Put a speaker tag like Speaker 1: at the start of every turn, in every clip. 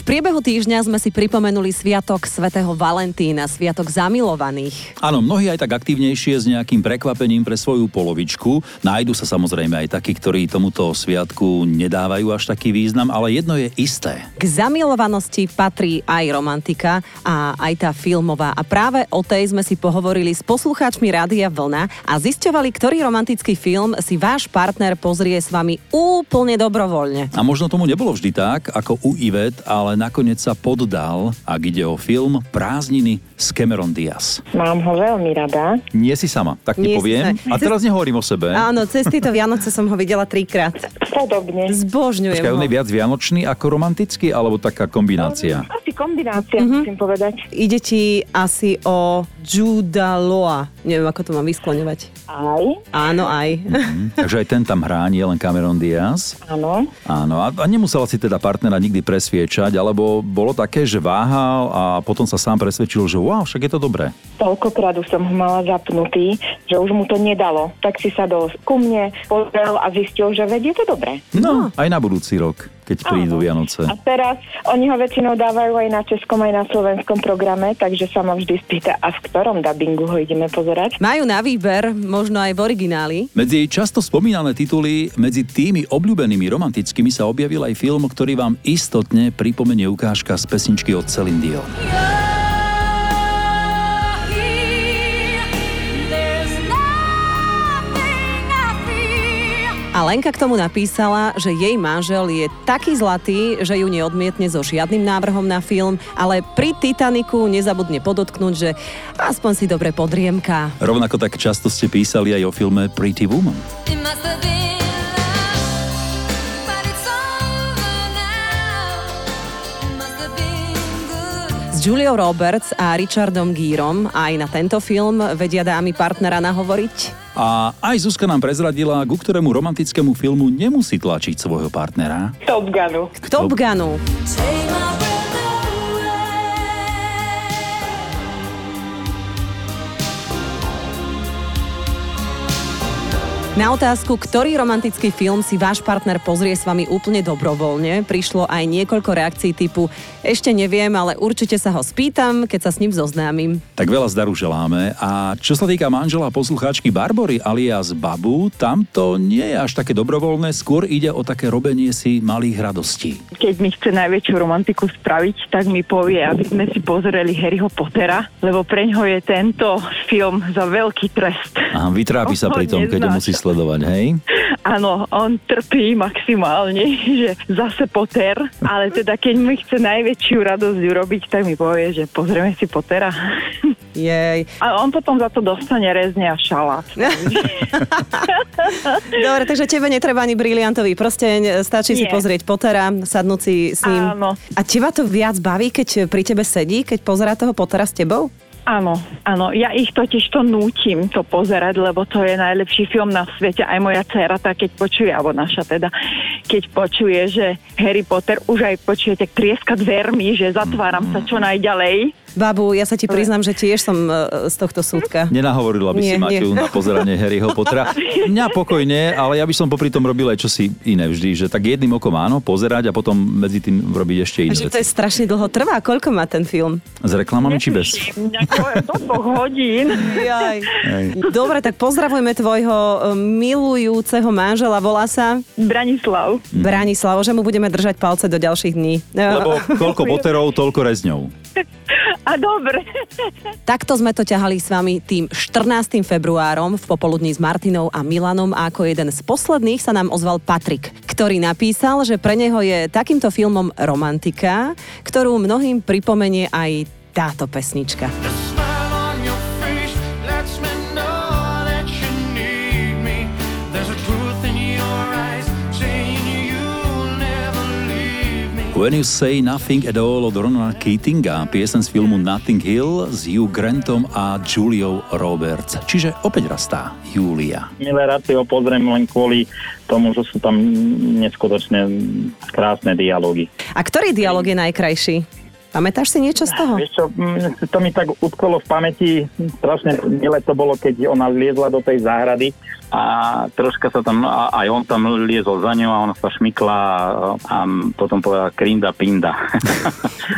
Speaker 1: V priebehu týždňa sme si pripomenuli sviatok svätého Valentína, sviatok zamilovaných.
Speaker 2: Áno, mnohí aj tak aktívnejšie s nejakým prekvapením pre svoju polovičku. Nájdu sa samozrejme aj takí, ktorí tomuto sviatku nedávajú až taký význam, ale jedno je isté.
Speaker 1: K zamilovanosti patrí aj romantika a aj tá filmová. A práve o tej sme si pohovorili s poslucháčmi Rádia Vlna a zisťovali, ktorý romantický film si váš partner pozrie s vami úplne dobrovoľne.
Speaker 2: A možno tomu nebolo vždy tak, ako u Ivet, ale nakoniec sa poddal, ak ide o film Prázdniny s Cameron Diaz.
Speaker 3: Mám ho veľmi rada.
Speaker 2: Nie si sama, tak ti
Speaker 1: Nie si
Speaker 2: poviem.
Speaker 1: sama.
Speaker 2: A teraz nehovorím o sebe.
Speaker 1: Áno, cez tieto Vianoce som ho videla trikrát.
Speaker 3: Podobne.
Speaker 1: Zbožňujem
Speaker 2: Počkaj,
Speaker 1: ho.
Speaker 2: on je viac vianočný ako romantický, alebo taká kombinácia?
Speaker 3: Asi kombinácia, mm-hmm. musím povedať.
Speaker 1: Ide ti asi o Juda Loa. Neviem, ako to mám vyskloňovať.
Speaker 3: Aj,
Speaker 1: Áno, aj.
Speaker 2: Hm, Takže aj ten tam hrá, nie len Cameron Diaz.
Speaker 3: áno.
Speaker 2: Áno, a, a nemusela si teda partnera nikdy presviečať, alebo bolo také, že váhal a potom sa sám presvedčil, že wow, však je to dobré.
Speaker 3: Toľkokrát už som ho mala zapnutý, že už mu to nedalo. Tak si sadol ku mne, pozrel a zistil, že vedie to dobre.
Speaker 2: No, aj na budúci rok, keď prídu Vianoce.
Speaker 3: A teraz oni ho väčšinou dávajú aj na českom, aj na slovenskom programe, takže sa ma vždy spýta, a v ktorom dabingu ho ideme pozerať.
Speaker 1: Majú na výber, možno aj v origináli.
Speaker 2: Medzi jej často spomínané tituly, medzi tými obľúbenými romantickými sa objavil aj film, ktorý vám istotne pripomenie ukážka z pesničky od Celine Dion.
Speaker 1: A Lenka k tomu napísala, že jej manžel je taký zlatý, že ju neodmietne so žiadnym návrhom na film, ale pri Titaniku nezabudne podotknúť, že aspoň si dobre podriemka.
Speaker 2: Rovnako tak často ste písali aj o filme Pretty Woman.
Speaker 4: It must have been love, but it's over now. It must have been good.
Speaker 1: S Juliou Roberts a Richardom Gírom aj na tento film vedia dámy partnera nahovoriť.
Speaker 2: A aj Zuzka nám prezradila, ku ktorému romantickému filmu nemusí tlačiť svojho partnera.
Speaker 3: Top Gunu.
Speaker 1: K Top Gunu.
Speaker 4: Take my breath away.
Speaker 1: Na otázku, ktorý romantický film si váš partner pozrie s vami úplne dobrovoľne, prišlo aj niekoľko reakcií typu ešte neviem, ale určite sa ho spýtam, keď sa s ním zoznámim.
Speaker 2: Tak veľa zdaru želáme. A čo sa týka manžela poslucháčky Barbory alias Babu, tam to nie je až také dobrovoľné, skôr ide o také robenie si malých radostí.
Speaker 5: keď mi chce najväčšiu romantiku spraviť, tak mi povie, aby sme si pozreli Harryho Pottera, lebo preňho je tento film za veľký trest.
Speaker 2: A vytrápi sa
Speaker 5: On
Speaker 2: pri tom, keď ho
Speaker 5: neznáša.
Speaker 2: musí sledovať, hej?
Speaker 5: Áno, on trpí maximálne, že zase Potter, ale teda keď mi chce najväčšiu radosť urobiť, tak mi povie, že pozrieme si Pottera.
Speaker 1: Jej.
Speaker 5: A on potom za to dostane rezne a šalát.
Speaker 1: Dobre, takže tebe netreba ani briliantový prsteň, stačí si
Speaker 5: Nie.
Speaker 1: pozrieť Pottera, sadnúť si s ním.
Speaker 5: Áno.
Speaker 1: A teba to viac baví, keď pri tebe sedí, keď pozerá toho Pottera s tebou?
Speaker 5: Áno, áno, ja ich totiž to nútim to pozerať, lebo to je najlepší film na svete. Aj moja dcera, tá keď počuje, alebo naša teda, keď počuje, že Harry Potter už aj počuje, tak trieska dvermi, že zatváram sa čo najďalej.
Speaker 1: Babu, ja sa ti priznám, že tiež som e, z tohto súdka.
Speaker 2: Nenahovorila by
Speaker 1: Nie,
Speaker 2: si
Speaker 1: nie.
Speaker 2: Maťu na pozeranie Harryho Pottera. Mňa pokojne, ale ja by som popri tom robil aj čosi iné vždy, že tak jedným okom áno, pozerať a potom medzi tým robiť ešte iné
Speaker 1: Takže to
Speaker 2: veci.
Speaker 1: je strašne dlho trvá. Koľko má ten film?
Speaker 2: S reklamami či bez?
Speaker 5: Netuším, nejako do dvoch hodín.
Speaker 1: Jaj.
Speaker 2: Hej.
Speaker 1: Dobre, tak pozdravujme tvojho e, milujúceho manžela, volá sa
Speaker 5: Branislav.
Speaker 1: Branislavo, že mu budeme držať palce do ďalších dní. E,
Speaker 2: Lebo koľko Potterov, toľko rezňov.
Speaker 5: A dobre.
Speaker 1: Takto sme to ťahali s vami tým 14. februárom v popoludní s Martinou a Milanom a ako jeden z posledných sa nám ozval Patrik, ktorý napísal, že pre neho je takýmto filmom romantika, ktorú mnohým pripomenie aj táto pesnička.
Speaker 6: The smile on your face lets me know that you need me. There's a truth in your eyes saying you'll never leave me.
Speaker 2: When You Say Nothing at All od Ronalda Keatinga, piesen z filmu Nothing Hill s Hugh Grantom a Juliou Roberts. Čiže opäť rastá Julia.
Speaker 7: milé rád si ho pozriem len kvôli tomu, že sú tam neskutočne krásne dialógy.
Speaker 1: A ktorý dialog je najkrajší? Pamätáš si niečo z toho?
Speaker 7: Vieš čo, mm, to mi tak utkolo v pamäti, strašne milé to bolo, keď ona liezla do tej záhrady a troška sa tam, a aj on tam liezol za ňou a ona sa šmykla a, a potom povedala krinda pinda.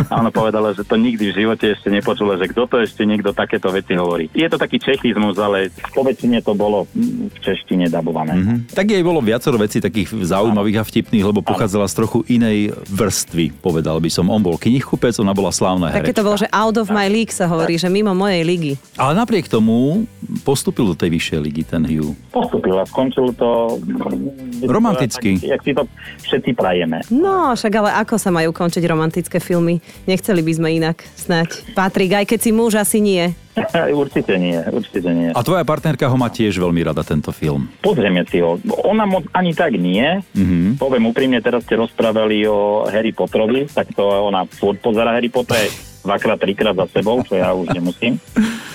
Speaker 7: a ona povedala, že to nikdy v živote ešte nepočula, že kto to ešte niekto takéto veci hovorí. Je to taký čechizmus, ale po väčšine to bolo mm, v češtine dabované. Mm-hmm.
Speaker 2: Mm. Tak jej bolo viacero vecí takých zaujímavých a vtipných, lebo pochádzala z trochu inej vrstvy, povedal by som. On bol knihkupec, ona bola slávna
Speaker 1: Také
Speaker 2: herečka.
Speaker 1: to bolo, že out of my league sa hovorí, že mimo mojej ligy.
Speaker 2: Ale napriek tomu postúpil do tej vyššej ligy ten Hugh.
Speaker 7: Postupil a skončil to... mm,
Speaker 2: Romanticky.
Speaker 7: Tak, jak si to všetci prajeme.
Speaker 1: No, však ale ako sa majú končiť romantické filmy? Nechceli by sme inak, snať. Patrik, aj keď si muž, asi nie.
Speaker 7: určite nie, určite nie.
Speaker 2: A tvoja partnerka ho má tiež veľmi rada, tento film.
Speaker 7: Pozrieme si ho. Ona moc ani tak nie.
Speaker 2: Mhm.
Speaker 7: Mm-hmm. Poviem úprimne, teraz ste rozprávali o Harry Potterovi, tak to ona furt pozera Harry Potter dvakrát, trikrát za sebou, čo ja už nemusím.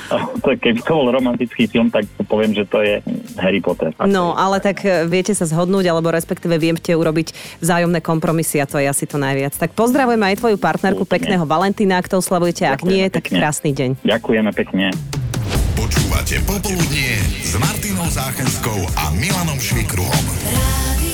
Speaker 7: To, Keby to bol romantický film, tak poviem, že to je Harry Potter.
Speaker 1: No, ale tak e, viete sa zhodnúť, alebo respektíve viete urobiť vzájomné kompromisy a to je asi to najviak. Tak pozdravujem aj tvoju partnerku,
Speaker 7: Určite.
Speaker 1: pekného Valentína, ak to oslavujete, ak
Speaker 7: Ďakujem
Speaker 1: nie, tak
Speaker 7: pekne.
Speaker 1: krásny deň.
Speaker 7: Ďakujeme pekne.
Speaker 8: Počúvate Popoludnie s Martinou Záchenskou a Milanom Švikruhom.
Speaker 4: Radio